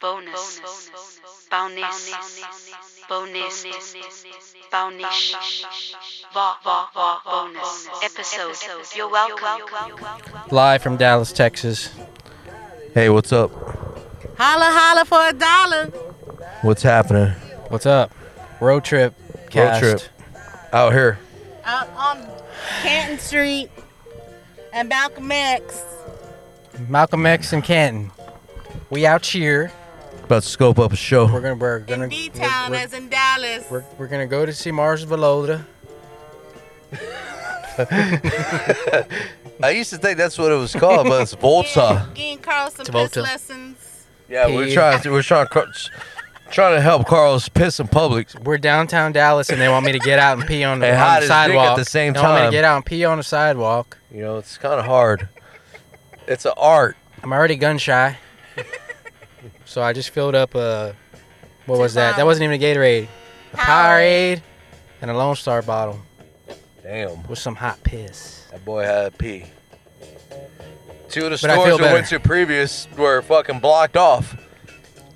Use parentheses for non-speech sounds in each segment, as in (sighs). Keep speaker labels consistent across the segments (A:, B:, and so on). A: bonus, bonus, bonus, bonus, va, va, va, bonus episode. You're welcome.
B: Live from Dallas, Texas.
C: Hey, what's up?
D: Holla, holla for a dollar.
C: What's happening
B: What's up? Road trip. Cast.
C: trip. out here?
D: Out on Canton Street and Malcolm X.
B: Malcolm X and Canton. We out here.
C: About to scope up a
B: We're
C: show.
B: gonna we're gonna
D: In D Town,
B: we're,
D: as in Dallas.
B: we're, we're gonna go to see Mars Volota.
C: I used to think that's what it was called, but it's Volta.
B: (laughs)
D: Getting, getting Carl some piss
B: Travolta.
D: lessons.
C: Yeah, we're trying. To, we're trying. To, trying to help Carl's piss in public.
B: We're downtown Dallas and they want me to get out and pee on the,
C: And
B: on
C: hide
B: the
C: his dick at
B: sidewalk.
C: the same
B: they want me
C: time.
B: to get out and pee on the sidewalk.
C: You know, it's kind of hard. It's an art.
B: I'm already gun
D: (laughs)
B: shy. so I just filled up a what was that? That wasn't even a Gatorade. A
D: Powerade.
B: Powerade and a Lone Star bottle
C: Damn,
B: with some hot piss.
C: that boy had a pee. Two of the
B: But I feel
C: stores we
B: better.
C: went to previous were fucking blocked off.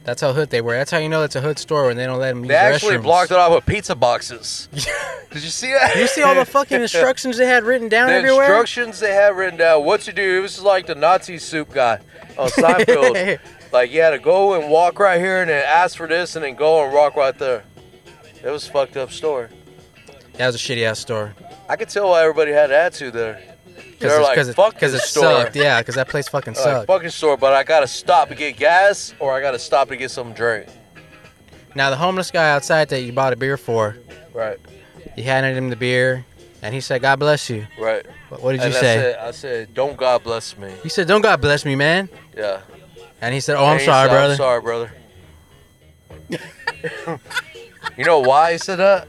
B: That's how hood they were. That's how you know it's a hood store when they don't let them use
C: They actually
B: restrooms.
C: blocked it off with
B: (laughs)
C: pizza boxes. Did you see that?
B: You see all the
C: (laughs)
B: fucking instructions they had written down
C: The
B: everywhere?
C: instructions they had written down what to do. This is like the Nazi soup guy on (laughs)
B: (laughs)
C: Seinfeld. like you had to go and walk right here and then ask for this and then go and walk right there. It was a fucked up store.
B: That was a shitty ass store.
C: I could tell why everybody had an attitude there. They're
B: it's-
C: like,
B: it,
C: fuck
B: 'cause
C: this
B: it
C: store.
B: sucked. Yeah, because that place fucking
C: (laughs) They're Like,
B: sucked.
C: fucking store, but I gotta stop to get gas or I gotta stop to get some drink.
B: Now the homeless guy outside that you bought a beer for,
C: Right,
B: you handed him the beer, and he said, "God bless you."
C: right.
B: What, what did
C: and
B: you
C: I
B: say?
C: Said, I said, don't God bless me.
B: He said, "Don't God bless me, man."
C: Yeah.
B: And he said, "Oh, I'm
C: And he
B: sorry,
C: said,
B: brother."
C: I'm sorry, brother. (laughs) you know why he said that?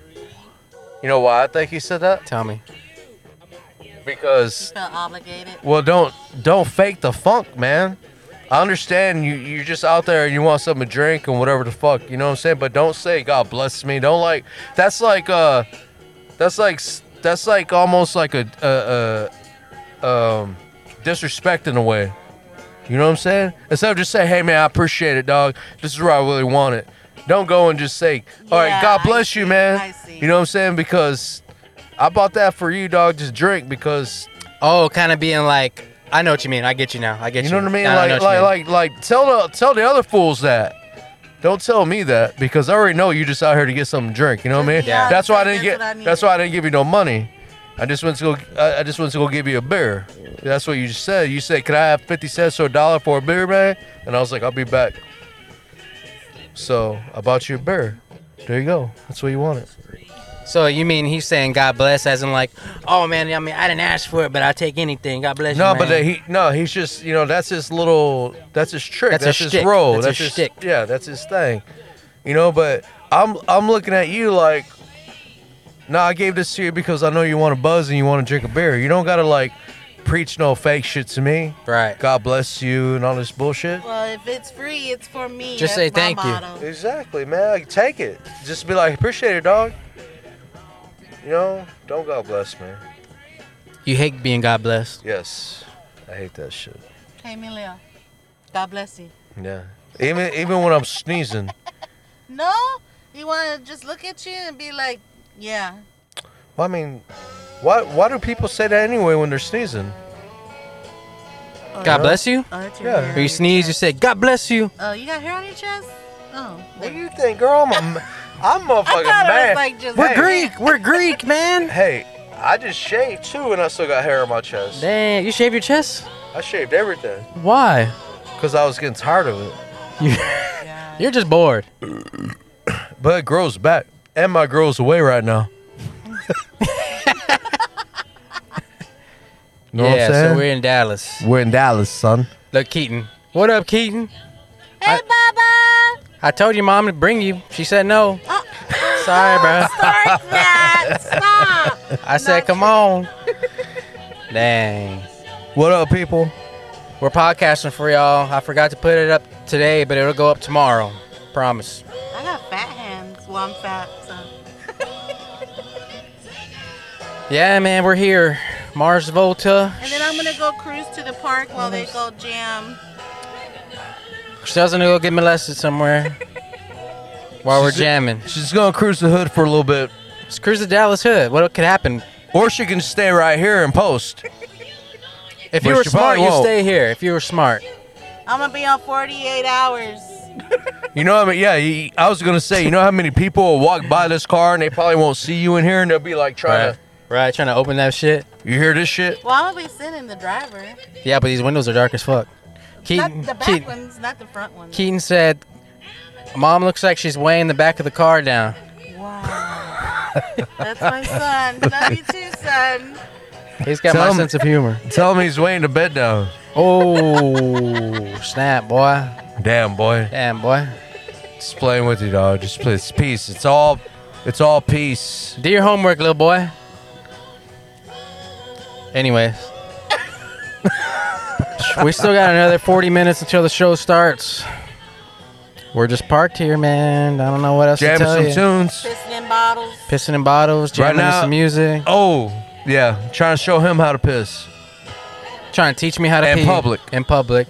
C: You know why I think he said that?
B: Tell me.
C: Because
D: Felt obligated.
C: well, don't don't fake the funk, man. I understand you you're just out there and you want something to drink and whatever the fuck, you know what I'm saying? But don't say God bless me. Don't like that's like uh that's like s- that's like almost like a uh, uh um disrespect in a way. You know what I'm saying? Instead of just say, "Hey man, I appreciate it, dog. This is where I really want it." Don't go and just say, "All right,
D: Yeah,
C: God
D: I
C: bless you,
D: see,
C: man."
D: I see.
C: You know what I'm saying? Because I bought that for you, dog. Just drink because
B: Oh, kind of being like, I know what you mean. I get you now. I get you.
C: you know what I mean?
B: I
C: Like,
B: know what you
C: like,
B: mean.
C: like, like, tell the tell the other fools that. Don't tell me that because I already know you just out here to get something to drink. You know what I mean?
D: Just be honest,
C: That's why I
D: like,
C: didn't get.
D: that's what I needed.
C: that's why I didn't give you no money. I just went to go. I, I just went to go give you a beer. That's what you just said. You said, "Can I have fifty cents or a dollar for a beer, man?" And I was like, "I'll be back." So I bought you a beer. There you go. That's what you wanted.
B: So you mean he's saying God bless, as in like, oh man, I mean I didn't ask for it, but I'll take anything. God bless
C: No,
B: you.
C: but
B: man."
C: that he no, he's just you know that's his little that's his trick.
B: That's
C: That's,
B: his
C: his
B: shtick.
C: role.
B: That's
C: That's,
B: his
C: his
B: shtick.
C: yeah, that's his thing. You know, but I'm I'm looking at you like, no, nah, I gave this to you because I know you want to buzz and you want to drink a beer. You don't gotta like preach no fake shit to me.
B: right.
C: God bless you and all this bullshit.
D: Well, if it's free, it's for me.
B: Just
D: That's
B: say
D: my
B: thank you.
D: motto.
C: Exactly, man. Like, take it. Just be like, appreciate it, dog. You know, don't God bless me.
B: You hate being God bless.
C: Yes, I hate that shit.
D: Hey, Milia. God bless you.
C: Yeah, even even when I'm sneezing.
D: No, you want to just look at you and be like, yeah.
C: Well, I mean, why why do people say that anyway when they're sneezing?
D: Oh,
B: God bless you.
D: Oh, that's your
C: Yeah.
D: hair
B: Or
D: on
B: you
D: your
B: sneeze, you
D: chest.
B: say God bless you.
D: Oh, you got hair on your chest? Oh.
C: What do you think, girl? I'm a, I'm a
D: (laughs) I
C: motherfucking
D: thought it
C: man.
D: was like just.
B: We're
C: Hey.
B: Greek. We're Greek, man.
C: hey, I just shaved too, and I still got hair on my chest.
B: Damn, you shave your chest?
C: I shaved everything
B: Why?
C: because I was getting tired of it.
D: Yeah.
B: You're just bored.
C: But it grows back, and my girl's away right now. (laughs) know what
B: yeah,
C: I'm saying?
B: so we're in Dallas.
C: we're, in Dallas, son.
B: Look, Keaton. What up, Keaton?
D: Hey, Baba!
B: I told your mom to bring you. She said no.
D: Oh,
B: Sorry,
D: (laughs)
B: bro.
D: start that! Stop!
B: I said, come on. Dang.
C: What up, people?
B: We're podcasting for y'all. I forgot to put it up today, but it'll go up tomorrow. Promise.
D: I got fat hands. Well, I'm fat, so.
B: Yeah, man, we're here. Mars Volta.
D: And then I'm gonna go cruise to the park while they go jam.
B: She doesn't go get molested
C: (laughs)
B: somewhere while we're
C: She's-
B: jamming.
C: She's gonna cruise the hood for a little bit,
B: Just cruise the Dallas hood. What could happen?
C: or she can stay right here and post.
B: If you
C: But
B: were
C: she
B: smart,
C: probably
B: you
C: won't.
B: stay here. If you were smart,
D: I'm gonna be on 48 hours.
C: You know, I mean, yeah. you- I was gonna say, you know how many people will walk by this car and they probably won't see you in here, and they'll be like trying
B: right? Right, trying to open that shit.
C: to. You hear this shit?
D: Well, I'm gonna be sitting the driver.
B: Yeah, but these windows are dark as fuck. Keaton,
D: not the back
B: Keaton,
D: ones, not the front ones.
B: Keaton said, "Mom looks like she's weighing the back of the car down."
D: Wow. That's
B: (laughs)
D: my son. Love you too, son.
B: He's got
C: Tell
B: my
C: him-
B: sense of
C: (laughs)
B: humor.
C: Tell him he's weighing the bed down.
B: Oh, snap, boy!
C: Damn, boy.
B: Damn, boy.
C: Just playing with you, dog. Just play. It's peace. It's all. It's all peace.
B: Do your homework, little boy. Anyways. (laughs) we still got another 40 minutes until the show starts. We're just parked here, man. I don't know what else to
C: Jamming
B: tell
C: some
B: you.
C: tunes.
D: Pissing in bottles.
B: Pissing in bottles, jamming to
C: now-
B: some music,
C: Oh, yeah. Trying to show him how to piss.
B: trying to teach me how to
C: In
B: pee.
C: public.
B: In public.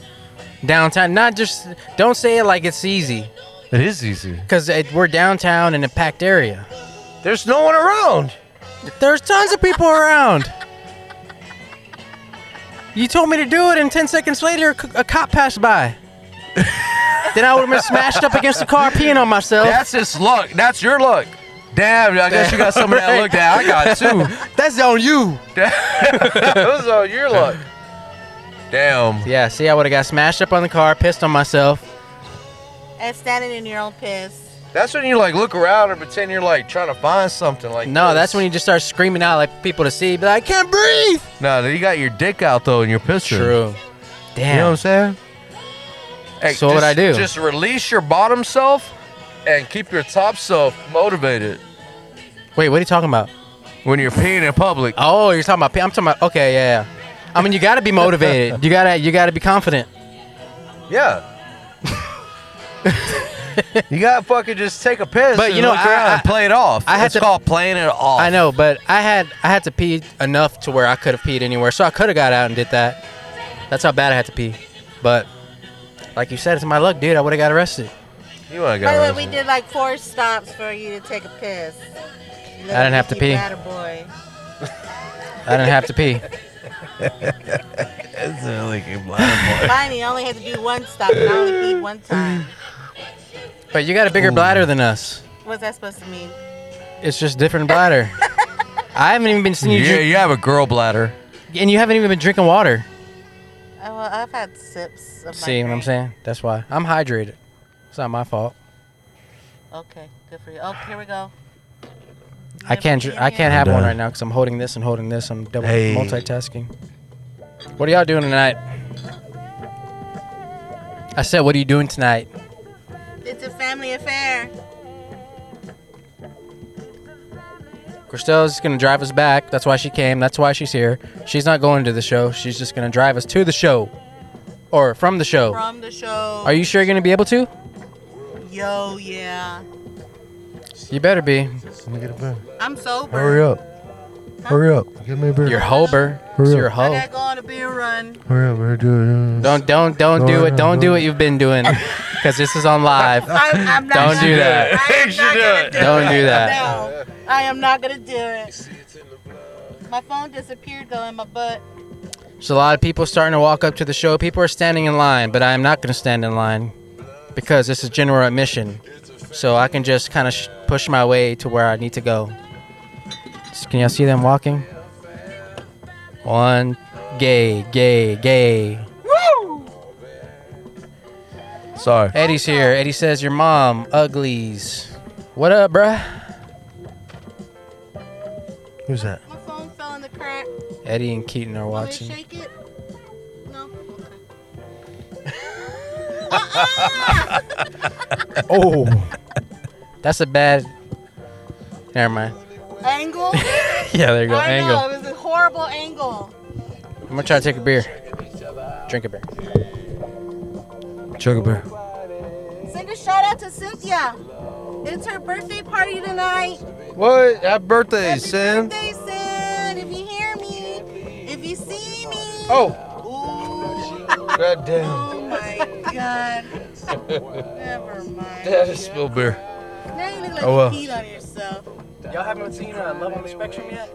B: Downtown. Not just, don't say it like it's easy.
C: It is easy.
B: Because we're downtown in a packed area.
C: There's no one around.
B: There's tons of people around. You told me to do it, and 10 seconds later, a c- a cop passed by. then I would have been smashed up against the car peeing on myself.
C: That's his luck. That's your luck. Damn, I guess you got some of that luck that I
B: (laughs)
C: got too. (laughs)
B: That's on you.
C: that was all your luck. Damn.
B: Yeah, see, I would have got smashed up on the car, pissed on myself.
D: And standing in your own piss.
C: That's when you like look around and pretend you're like trying to find something. Like
B: No, that's when you just start screaming out like people to see, but I can't breathe.
C: No, you got your dick out though in your picture. You know what
B: Damn.
C: I'm saying? Hey,
B: So what'd I
C: just-
B: do?
C: Just release your bottom self and keep your top self motivated
B: Wait, what are you talking about?
C: when you're peeing in public.
B: Oh, you're talking about. pee- I'm talking about. Okay, yeah, yeah. I mean, you gotta be motivated. You gotta, you gotta be confident.
C: Yeah. (laughs) you gotta fucking just take a piss.
B: But
C: and
B: you know,
C: look
B: I-
C: around
B: I-
C: and play it off.
B: I had
C: it's
B: to-
C: called playing it off.
B: I know, but I had I had to pee enough to where I could have peed anywhere, so I could have got out and did that. That's how bad I had to pee. But like you said, it's my luck, dude. I would have got arrested.
C: You wanna go?
D: By the
C: around
D: way, we
C: some-
D: did like four stops for you to take a piss.
B: I didn't have to pee.
D: boy.
B: I didn't have to pee.
D: (laughs) Mine, you only had to do one stop and I only peed one time.
B: But you got a bigger bladder than us.
D: What's that supposed to mean? Uh,
B: It's just different bladder. I haven't even been seeing you
C: Yeah,
B: drink,
C: you have a girl bladder.
B: and you haven't even been drinking water.
D: Oh, well, I've had sips of my
B: See what I'm
D: drink.
B: saying? That's why I'm hydrated. It's not my fault.
D: Okay, good for you. Oh, here we go.
B: I can't. dr- I can't have
C: I'm
B: one
C: done.
B: right now because I'm holding this and holding this. I'm double
C: Hey.
B: multitasking. What are y'all doing tonight? I said, what are you doing tonight?
D: It's a family affair.
B: Christelle's just gonna drive us back. That's why she came. That's why she's here. She's not going to the show. She's just gonna drive us to the show, or from the show.
D: From the show.
B: Are you sure you're gonna be able to?
D: Yo, yeah.
B: You better be.
D: I'm sober.
C: Hurry up. Hurry up. Give me a beer.
B: You're Hober.
C: Hurry
B: You're
C: up.
D: I
B: Ho.
D: gotta go on a beer
C: (laughs)
D: run.
C: Hurry up. We're doing
B: Don't don't don't do
C: No,
B: it.
C: no,
B: Don't
C: no.
B: do what you've been doing, because this is on live.
D: I'm, I'm not
B: Don't
D: gonna
B: do that.
D: it. I am
C: You should
D: not
C: do
D: gonna
C: it.
D: do
B: Don't do
D: it.
B: that.
D: No, I am not gonna do it. My phone disappeared though in my butt.
B: There's a lot of people starting to walk up to the show. People are standing in line, but I am not going to stand in line because this is general admission. So I can just kind of sh- push my way to where I need to go. Just- can y'all see them walking? One, gay, gay, gay.
C: Sorry.
B: Eddie's here. Eddie says your mom uglies. What up, bruh?
C: Who's that?
D: My phone fell in the crack.
B: Eddie and Keaton are
D: Want me to
B: watching.
D: shake it? No.
B: Oh, (laughs) that's a bad. Never mind.
D: (laughs) Angle?
B: Yeah, there you go.
D: I
B: Angle.
D: know, it was a horrible angle.
B: I'm gonna try to take a beer. Drink a beer.
C: Chugga beer.
D: Send a shout out to Cynthia. It's her birthday party tonight.
C: What? Happy birthday,
D: Happy
C: Sam.
D: birthday, Sin. If you hear me, if you see me.
C: Oh.
D: Ooh.
C: God damn.
D: Oh my god. Never mind.
C: Yeah, just spill beer.
D: Now you look like
C: Oh, well.
D: you peed on yourself.
B: Y'all haven't seen uh, Love on the Spectrum yet?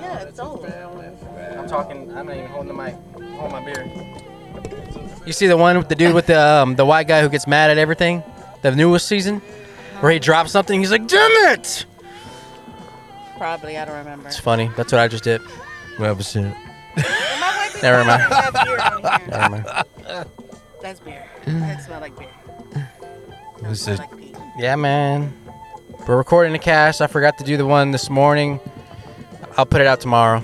D: Yeah, it's old.
B: I'm talking. I'm not even holding the mic. Hold my beer. You see the one with the dude with the um, the white guy who gets mad at everything, the newest season, where he drops something. He's like, "Damn it!"
D: Probably, I don't remember.
B: It's funny. That's what I just did.
C: We haven't seen it.
B: Never mind.
D: That's beer on here.
B: Never mind. (sighs)
D: That's beer. That smell like beer. That
C: This
D: smell
C: is-
D: like pee.
B: Yeah, man. We're recording the cast. I forgot to do the one this morning. I'll put it out tomorrow.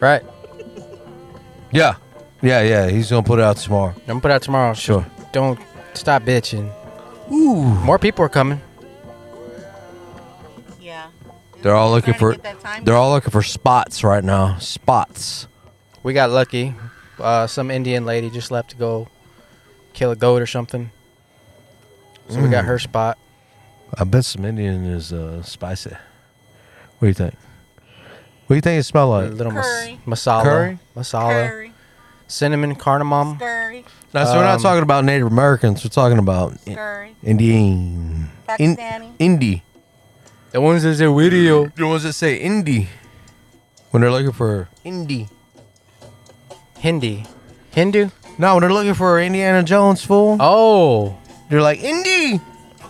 B: Right.
C: Yeah. Yeah, yeah. He's gonna put it out tomorrow.
B: I'm gonna put it out tomorrow. Just
C: Sure.
B: Don't stop bitching.
C: Ooh.
B: More people are coming.
D: Yeah.
C: They're all looking
D: Trying
C: for
D: to get that time
C: they're all looking for spots right now. Spots.
B: We got lucky. Uh, some Indian lady just left to go kill a goat or something. So we
C: Mm.
B: got her spot.
C: I bet some Indian is uh, spicy. What do you think? What do you think it smell
B: A
C: like?
B: little mas-
D: Curry.
B: masala.
C: Curry?
B: Masala.
D: Curry.
B: Cinnamon, cardamom.
D: Curry.
C: Now, so we're not
B: Um,
C: talking about Native Americans. We're talking about I-
D: Curry.
C: Indian. In-
D: Pakistani.
C: indie.
B: The ones that's in video.
C: The ones that say indie when they're looking for indie.
B: Hindi. Hindu?
C: No, when they're looking for Indiana Jones fool,
B: Oh.
C: they're like indie,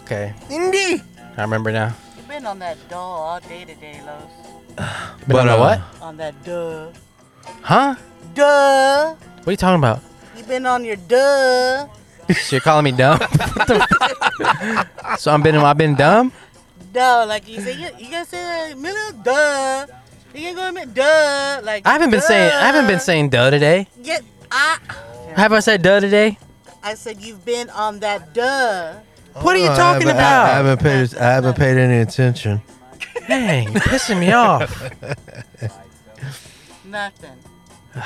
B: Okay.
C: indie.
B: I remember now.
D: You've been on that duh all day today, Los.
B: But, on the
C: uh,
B: what?
D: On that duh.
B: Huh?
D: Duh.
B: What are you talking
C: (laughs)
B: about?
D: You've been on your duh.
B: So you're calling me
C: (laughs)
B: dumb? so I'm been I've been dumb?
D: Duh. Like you say, you, you gotta say that middle duh. You can go admit duh. Like
B: I haven't been saying I haven't been
D: duh.
B: saying duh today.
D: Yeah, I.
B: Have I said duh today?
D: I said you've been on that duh.
B: What are you
C: Oh, I
B: talking
C: haven't- I, I
B: about?
C: haven't paid. I haven't paid any
B: (laughs)
C: attention.
B: Dang, you're pissing me off. (sighs)
D: Nothing. I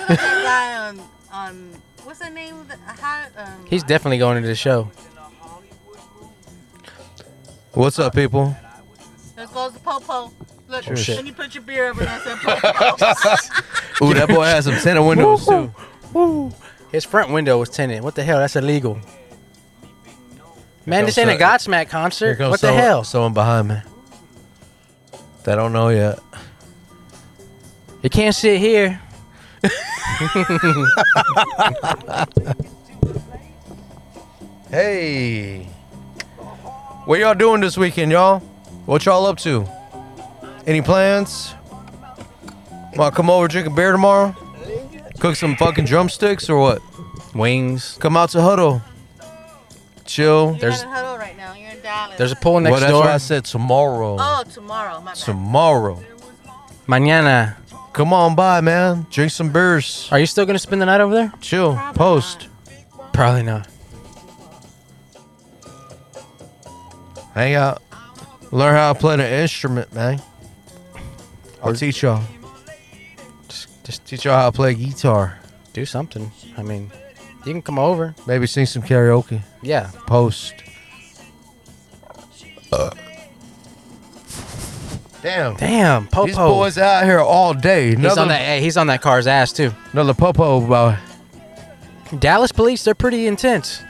D: look like that guy on on what's the name? Of the, how, um,
B: (laughs) He's definitely going to the show.
C: What's up, people?
D: there goes the popo. Look,
B: Oh, shit.
D: when you put your beer over there, said
B: (laughs)
D: popo.
C: Ooh, that boy has some tinted windows too.
B: His front window was tinted. What the hell? That's illegal. Man,
C: comes
B: this ain't a
C: the-
B: Godsmack
C: Here
B: concert.
C: comes
B: What the
C: someone-
B: hell?
C: Someone behind me. They don't know yet.
B: You can't sit here.
C: Hey, what y'all doing this weekend, y'all? What y'all up to? Any plans? Want to come over drink a beer tomorrow? Cook some fucking drumsticks or what?
B: Wings.
C: Come out to huddle. Chill.
D: You're
B: There's-
D: not in huddle right now. You're in Dallas.
B: There's a pool
C: Well,
B: next
C: that's
B: door.
C: why I said tomorrow.
D: Oh, tomorrow. My bad.
C: Tomorrow.
B: Mañana.
C: Come on by, man. Drink some beers.
B: Are you still gonna spend the night over there?
C: Chill.
D: Probably
C: Post.
B: Probably not.
C: Hang out. Learn how to play the instrument, man. I'll teach y'all.
B: Just, just
C: Teach y'all how to play guitar.
B: do something. I mean, you can come over.
C: Maybe sing some karaoke.
B: Yeah.
C: Post. Uh. Damn.
B: Damn, Popo.
C: These boys out here all day.
B: he's
C: Another,
B: on that. Hey, he's on that car's ass too.
C: another popo about
B: Dallas police, they're pretty intense.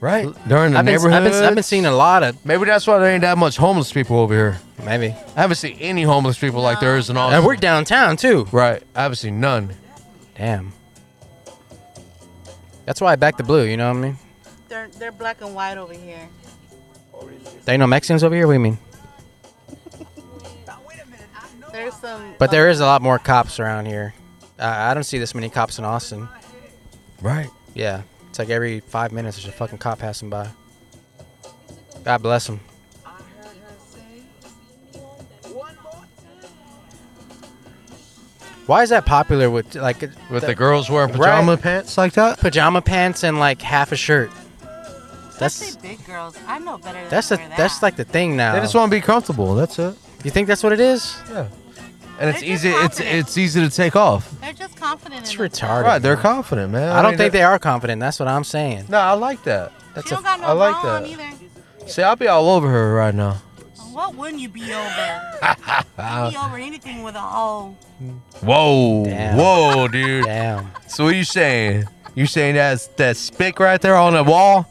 C: right during the
B: I've been,
C: neighborhood.
B: I've been, I've been seeing a lot of
C: Maybe that's why there ain't that much homeless people over here.
B: maybe.
C: I haven't seen any homeless people like there is in Austin.
B: And we're downtown too.
C: right. I haven't seen none.
B: Damn. That's why I back the blue. You know what I mean?
D: They're they're black and white over here.
B: There ain't no Mexicans over here. What do you mean?
D: There's some.
B: But there is a lot more cops around here. Uh, I don't see this many cops in Austin.
C: Right.
B: Yeah, it's like every five minutes there's a fucking cop passing by. God bless him. Why is that popular with like uh,
C: With the, girls wearing
B: Right.
C: pajama pants like that.
B: pajama pants and like half a shirt?
D: That's
B: That's
D: big girls. I know better. Than
B: that's
D: to
B: a,
D: wear
B: that's
D: that.
B: like the thing now.
C: They just want to be comfortable. That's it.
B: You think that's what it is?
C: Yeah. And it's
D: They're just
C: easy. It's
D: confident.
C: it's easy to take off.
D: They're just confident.
B: It's
D: in themselves.
B: retarded.
C: Right. They're confident, man.
B: I don't
C: mean,
B: think
C: that-
B: they are confident. That's what I'm saying.
C: No, I like that.
B: That's
D: She
B: a
D: don't got no
C: I like
D: bra on
C: that.
D: either.
C: See, I'll be all over her right now.
D: What wouldn't you be over? You'd be over anything with a hole.
C: Whoa,
B: Damn.
C: whoa, dude.
B: damn.
C: So what you saying? You saying that's that spick right there on the wall?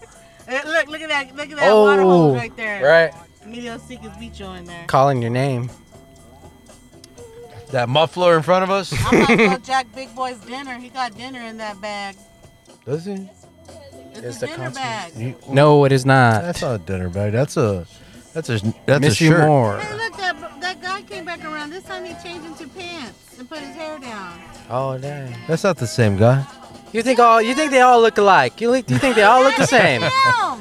D: Eh, Look, look at that, look at that water hole right there.
B: Oh. Right.
D: Emilio Seekers Vicho in there.
B: Calling your name.
C: That muffler in front of us?
D: I'm about to go Jack Big Boy's dinner. He got dinner in that bag.
C: Does he?
D: It's,
B: It's
D: a
B: the
D: dinner
B: constant-
D: bag.
C: You-
B: No, it is not.
C: That's not a dinner bag. That's a that's a that's
B: Miss
C: a
B: you
C: shirt.
B: more.
D: Hey, look, that, that guy came back around. This time he changed into pants and put his hair down.
B: Oh dang.
C: That's not the same guy.
B: You think all you think they all look alike? You, li- you think they all look the
D: (laughs)
B: same?
D: Damn!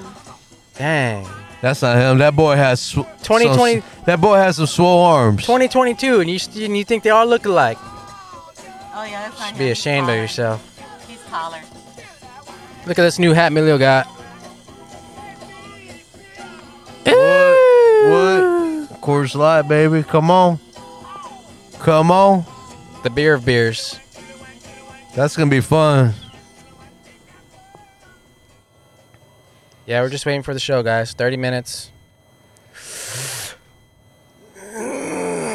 B: Dang.
C: That's not him. That boy has sw-
B: 2020
C: some- that boy has some swole arms.
B: 2022, and you st- and you think they all look alike?
D: Oh, yeah, that's
B: You should
D: not him.
B: be
D: He's
B: ashamed of
D: taller.
B: yourself.
D: He's taller.
B: Look at this new hat Milio got.
C: What? What? Coors Light, baby. Come on. Come on.
B: The beer of beers.
C: That's gonna be fun.
B: Yeah, we're just waiting for the show, guys. 30 minutes.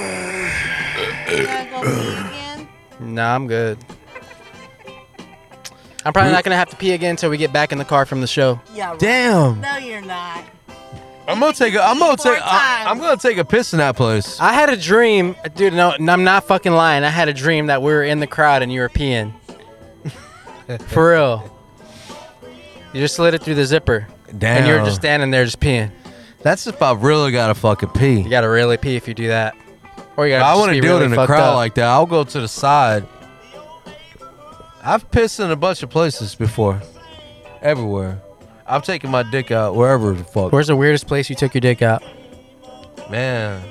D: You gotta go pee
B: (clears throat)
D: again?
B: Nah, I'm good. I'm probably not gonna have to pee again until we get back in the car from the show.
D: Yeah, right.
C: Damn.
D: No, you're not.
C: I'm gonna take a. I'm gonna
D: Four
C: take. I,
D: times.
C: I'm gonna take a piss in that place.
B: I had a dream, dude. No, no, I'm not fucking lying. I had a dream that we were in the crowd and you were (laughs) peeing. For real. You just slid it through the zipper,
C: Damn.
B: and you were just standing there just peeing.
C: That's if I really gotta fucking
B: You
C: pee.
B: gotta really pee if you do that, or you gotta.
C: I
B: just
C: want to
B: be
C: do
B: really
C: it in a
B: fucked
C: crowd
B: up.
C: like that. I'll go to the side. I've pissed in a bunch of places before. Everywhere. I've taken my dick out wherever the fuck.
B: Where's the weirdest place you took your dick out?
C: Man.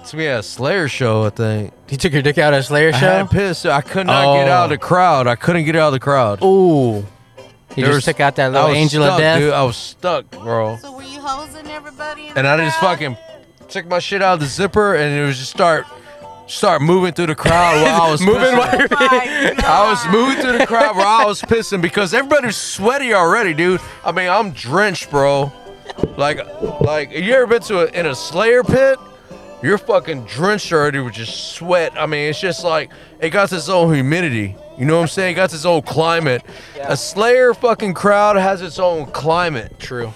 C: It's me at a Slayer show, I think.
B: You took your dick out at a Slayer
C: I
B: show.
C: had pissed. I could not get
B: Oh.
C: out of the crowd. I couldn't get out of the crowd.
B: Ooh. You
C: There
B: just
C: was-
B: took out that
C: I
B: little
C: was
B: angel
C: stuck,
B: of death.
C: Dude. I was stuck, bro.
D: So were you hosing everybody? In
C: And
D: the
C: I just
D: (laughs) crowd?
C: fucking took my shit out of the zipper and it was just start start moving through the crowd while I
B: (laughs)
C: was
B: Moving
C: pissing.
B: while you're
D: My
B: (laughs)
C: I was
D: God.
C: moving through the crowd where I was pissing because everybody's sweaty already, dude. I mean, I'm drenched, bro. Like, like you ever been to a, in a Slayer pit? You're fucking drenched already with just sweat. I mean, it's just like it got its own humidity. You know what I'm saying? It got its own climate. A Slayer fucking crowd has its own climate
B: True.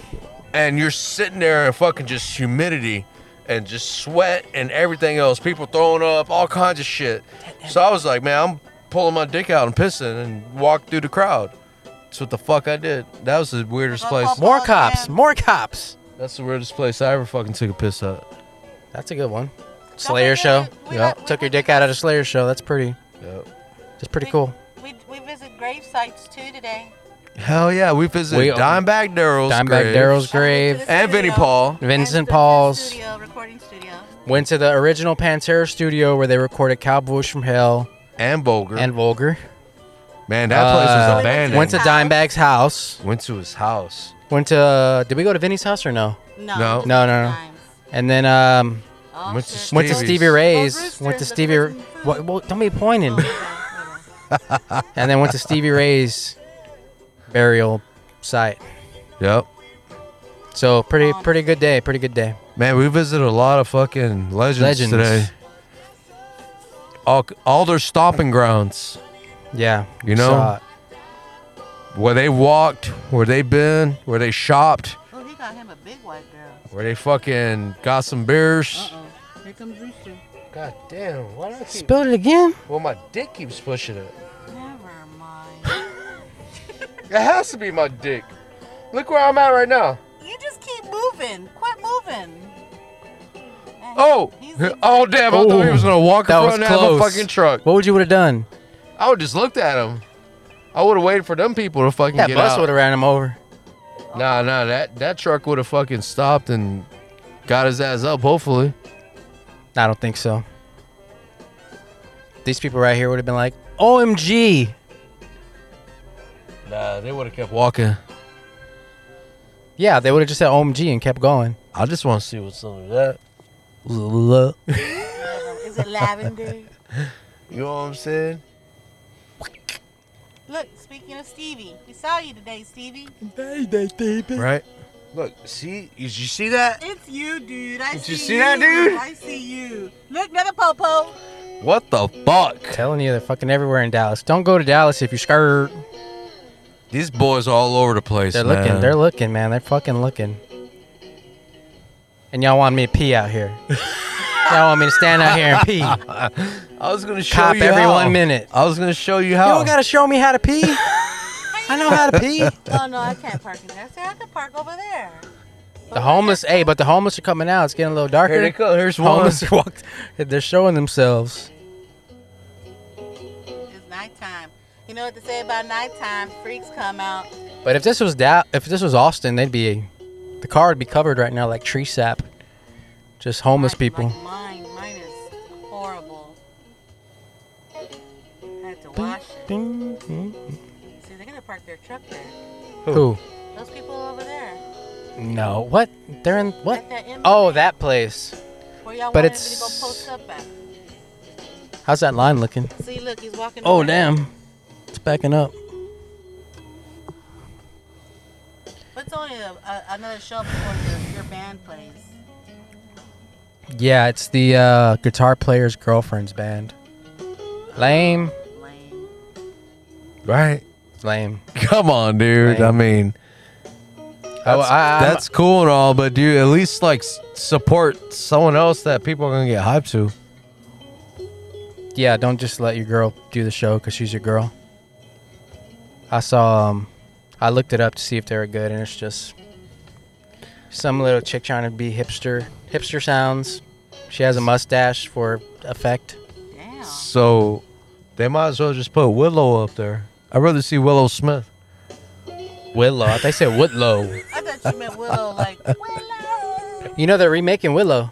C: and you're sitting there in fucking just humidity and just sweat and everything else. People throwing up, all kinds of shit. So I was like, man, I'm pulling my dick out and pissing and walk through the crowd. That's what the fuck I did. That was the weirdest place.
B: More
D: Oh,
B: cops.
D: man.
B: More cops.
C: That's the weirdest place I ever fucking took a piss at.
B: That's a good one.
D: Don't
B: Slayer
D: forget,
B: show.
D: we
C: Yeah.
D: got- we
B: Took your
D: visit-
B: dick out at a Slayer show. That's pretty.
C: Yep.
B: That's pretty cool.
D: We, we visit grave sites too today.
C: Hell yeah, we visited
B: We-
C: Dimebag Daryl's.
B: Dimebag
C: grave
B: Daryl's grave.
C: And Vinnie
D: Studio.
C: Paul.
B: Vincent
D: And the
B: Paul's.
D: Studio, recording studio.
B: Went to the original Pantera studio where they recorded Cowboys from Hell
C: and Vulgar.
B: and Vulgar.
C: man, that place
B: Uh,
C: was abandoned.
B: Went to Dimebag's house.
C: Went to his house.
B: Went to. Uh, did we go to Vinny's house or no?
D: No.
C: No.
D: just
B: No,
D: the
B: no, no.
D: times.
B: And then um,
D: Oh,
C: Went to
D: shit.
C: Steve-
B: went to
C: Stevie's.
B: Stevie
D: Oh,
B: Ray's.
D: Brewster's,
B: Went to
D: the
B: Stevie. Ra-
D: frozen food.
B: What, well, don't be pointing.
D: Oh, yeah, yeah.
B: and then went to Stevie Ray's burial site.
C: Yep.
B: So pretty, pretty good day. Pretty good day.
C: Man, we visited a lot of fucking legends,
B: Legends.
C: today. All, all their stomping grounds,
B: Yeah,
C: You know?
B: saw it.
C: where they walked, where they been, where they shopped,
D: Oh, he got him a big white girl.
C: where they fucking got some beers.
D: Uh oh. Here comes Rooster.
C: God damn, Uh-uh. why do I keep?
B: Spilled it again.
C: well, my dick keeps pushing it.
D: Never mind.
C: It has to be my dick. Look where I'm at right now.
D: you just keep moving. Quit moving. Man,
C: Oh,
D: he's like,
C: oh damn! I thought he
B: Oh,
C: was gonna walk in
B: That was
C: front of
B: close.
C: that fucking truck.
B: What would you would have done?
C: I would just looked at him. I would have waited for them people to fucking
B: That
C: get
B: bus
C: out.
B: would have ran him over.
C: Nah, nah, that that truck would have fucking stopped and got his ass up. Hopefully,
B: I don't think so. These people right here would have been like, "OMG!"
C: nah, they would have kept walking.
B: Yeah, they would have just said "OMG" and kept going.
C: I just want to see what's under that. (laughs) You Oh!
D: (laughs) Is it lavender?
C: know what I'm saying?
D: Look, speaking of Stevie, we saw you today, Stevie.
C: Right? Look, see, did you see that?
D: It's you, dude. I
C: Did
D: see
C: you see that, dude?
D: I see you. Look, another popo.
C: What the fuck?
B: Telling you, they're fucking everywhere in Dallas. Don't go to Dallas if you're scared.
C: These boys are all over the place.
B: They're looking.
C: man.
B: They're looking, man. They're fucking looking. And y'all want me to pee out
C: (laughs)
B: here? y'all want me to stand out here and pee? You
C: I was gonna show
B: Cop
C: you
B: every
C: how.
B: one minute.
C: I was gonna show you how.
B: don't gotta show me how to
C: (laughs)
B: pee. I know how to pee.
D: Oh no, I can't park in there. See, I could park over there.
B: The homeless, hey, but the homeless are coming out. It's getting a little darker.
C: Here they go. Here's one.
B: Homeless walked. (laughs) They're showing themselves.
D: It's nighttime. You know what they say about nighttime? Freaks come out.
B: But if this was da- if this was Austin, they'd be the car would be covered right now like tree sap. Just homeless
D: Like-
B: people.
D: Like mine, mine is horrible. I had to wash it.
B: Ding, ding.
D: See, they're gonna park their truck there.
B: Who?
D: Those people over there.
B: No. What? They're in what?
D: At that end
B: Oh, that place.
D: Where y'all
B: but
D: wanted me to
B: it's-
D: go post up at.
B: How's that line looking?
D: See, look, he's walking.
B: Oh
D: over.
B: damn. It's backing up.
D: But it's only a, a, another show before your, your band plays.
B: Yeah, it's the uh, guitar player's girlfriend's band. Lame.
D: Lame.
C: (laughs) Right.
B: Lame. Oh,
C: Come on, dude. I
B: Right.
C: mean, that's,
B: Oh, I- I'm-
C: that's cool and all, but dude, at least like s- support someone else that people are gonna get hyped to.
B: yeah, don't just let your girl do the show because she's your girl. I saw, um, I looked it up to see if they were good, and it's just some little chick trying to be hipster, hipster sounds. She has a mustache for effect.
D: Damn.
C: So they might as well just put Willow up there. I'd rather see Willow Smith.
B: Willow, they said Woodlow.
D: I thought you meant Willow,
B: (laughs)
D: like Willow.
B: You know they're remaking Willow.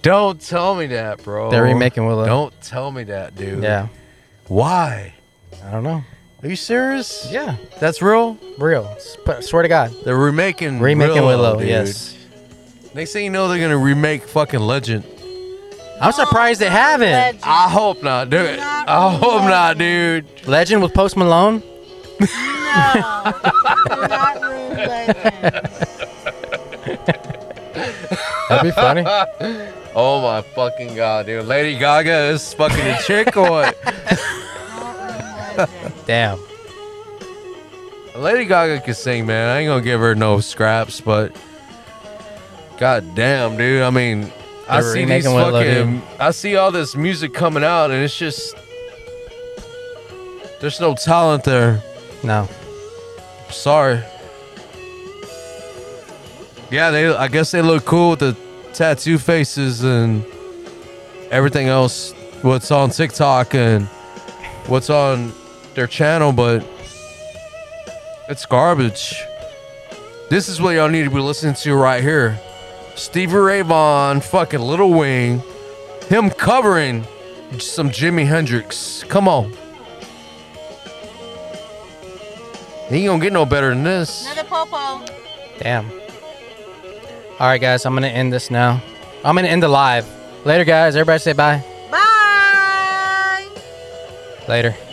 C: Don't tell me that, bro.
B: They're remaking Willow.
C: Don't tell me that, dude.
B: Yeah,
C: Why?
B: I don't know.
C: Are you serious?
B: Yeah,
C: That's real.
B: real. S- but swear to God,
C: They're remaking
B: remaking Willow.
C: dude.
B: yes,
C: Next thing you know, they're gonna remake fucking Legend.
B: I'm surprised they haven't.
D: Oh, Legend.
C: I hope not, dude.
D: Not
C: I hope
D: Willow.
C: not, dude.
B: Legend with Post Malone. Ah.
D: No. Do not ruin legends.
B: That'd be funny.
C: Oh my fucking god, dude. Lady Gaga is fucking a chick or what?
D: Not ruin
B: (laughs)
D: legends.
B: Damn.
C: Lady Gaga can sing, man. I ain't gonna give her no scraps, but god damn, dude. I mean, I
B: They're
C: see these
B: remaking Willow,
C: fucking, I see all this music coming out, and it's just there's no talent there.
B: No.
C: Sorry. Yeah, they. I guess they look cool with the tattoo faces and everything else. What's on TikTok and what's on their channel, but it's garbage. This is what y'all need to be listening to right here. Stevie Ray Vaughan, fucking Little Wing, him covering some Jimi Hendrix. Come on. He ain't gonna get no better than this.
D: Another popo.
B: Damn. All right, guys, I'm gonna end this now. I'm gonna end the live. Later, guys. Everybody say bye.
D: Bye.
B: Later.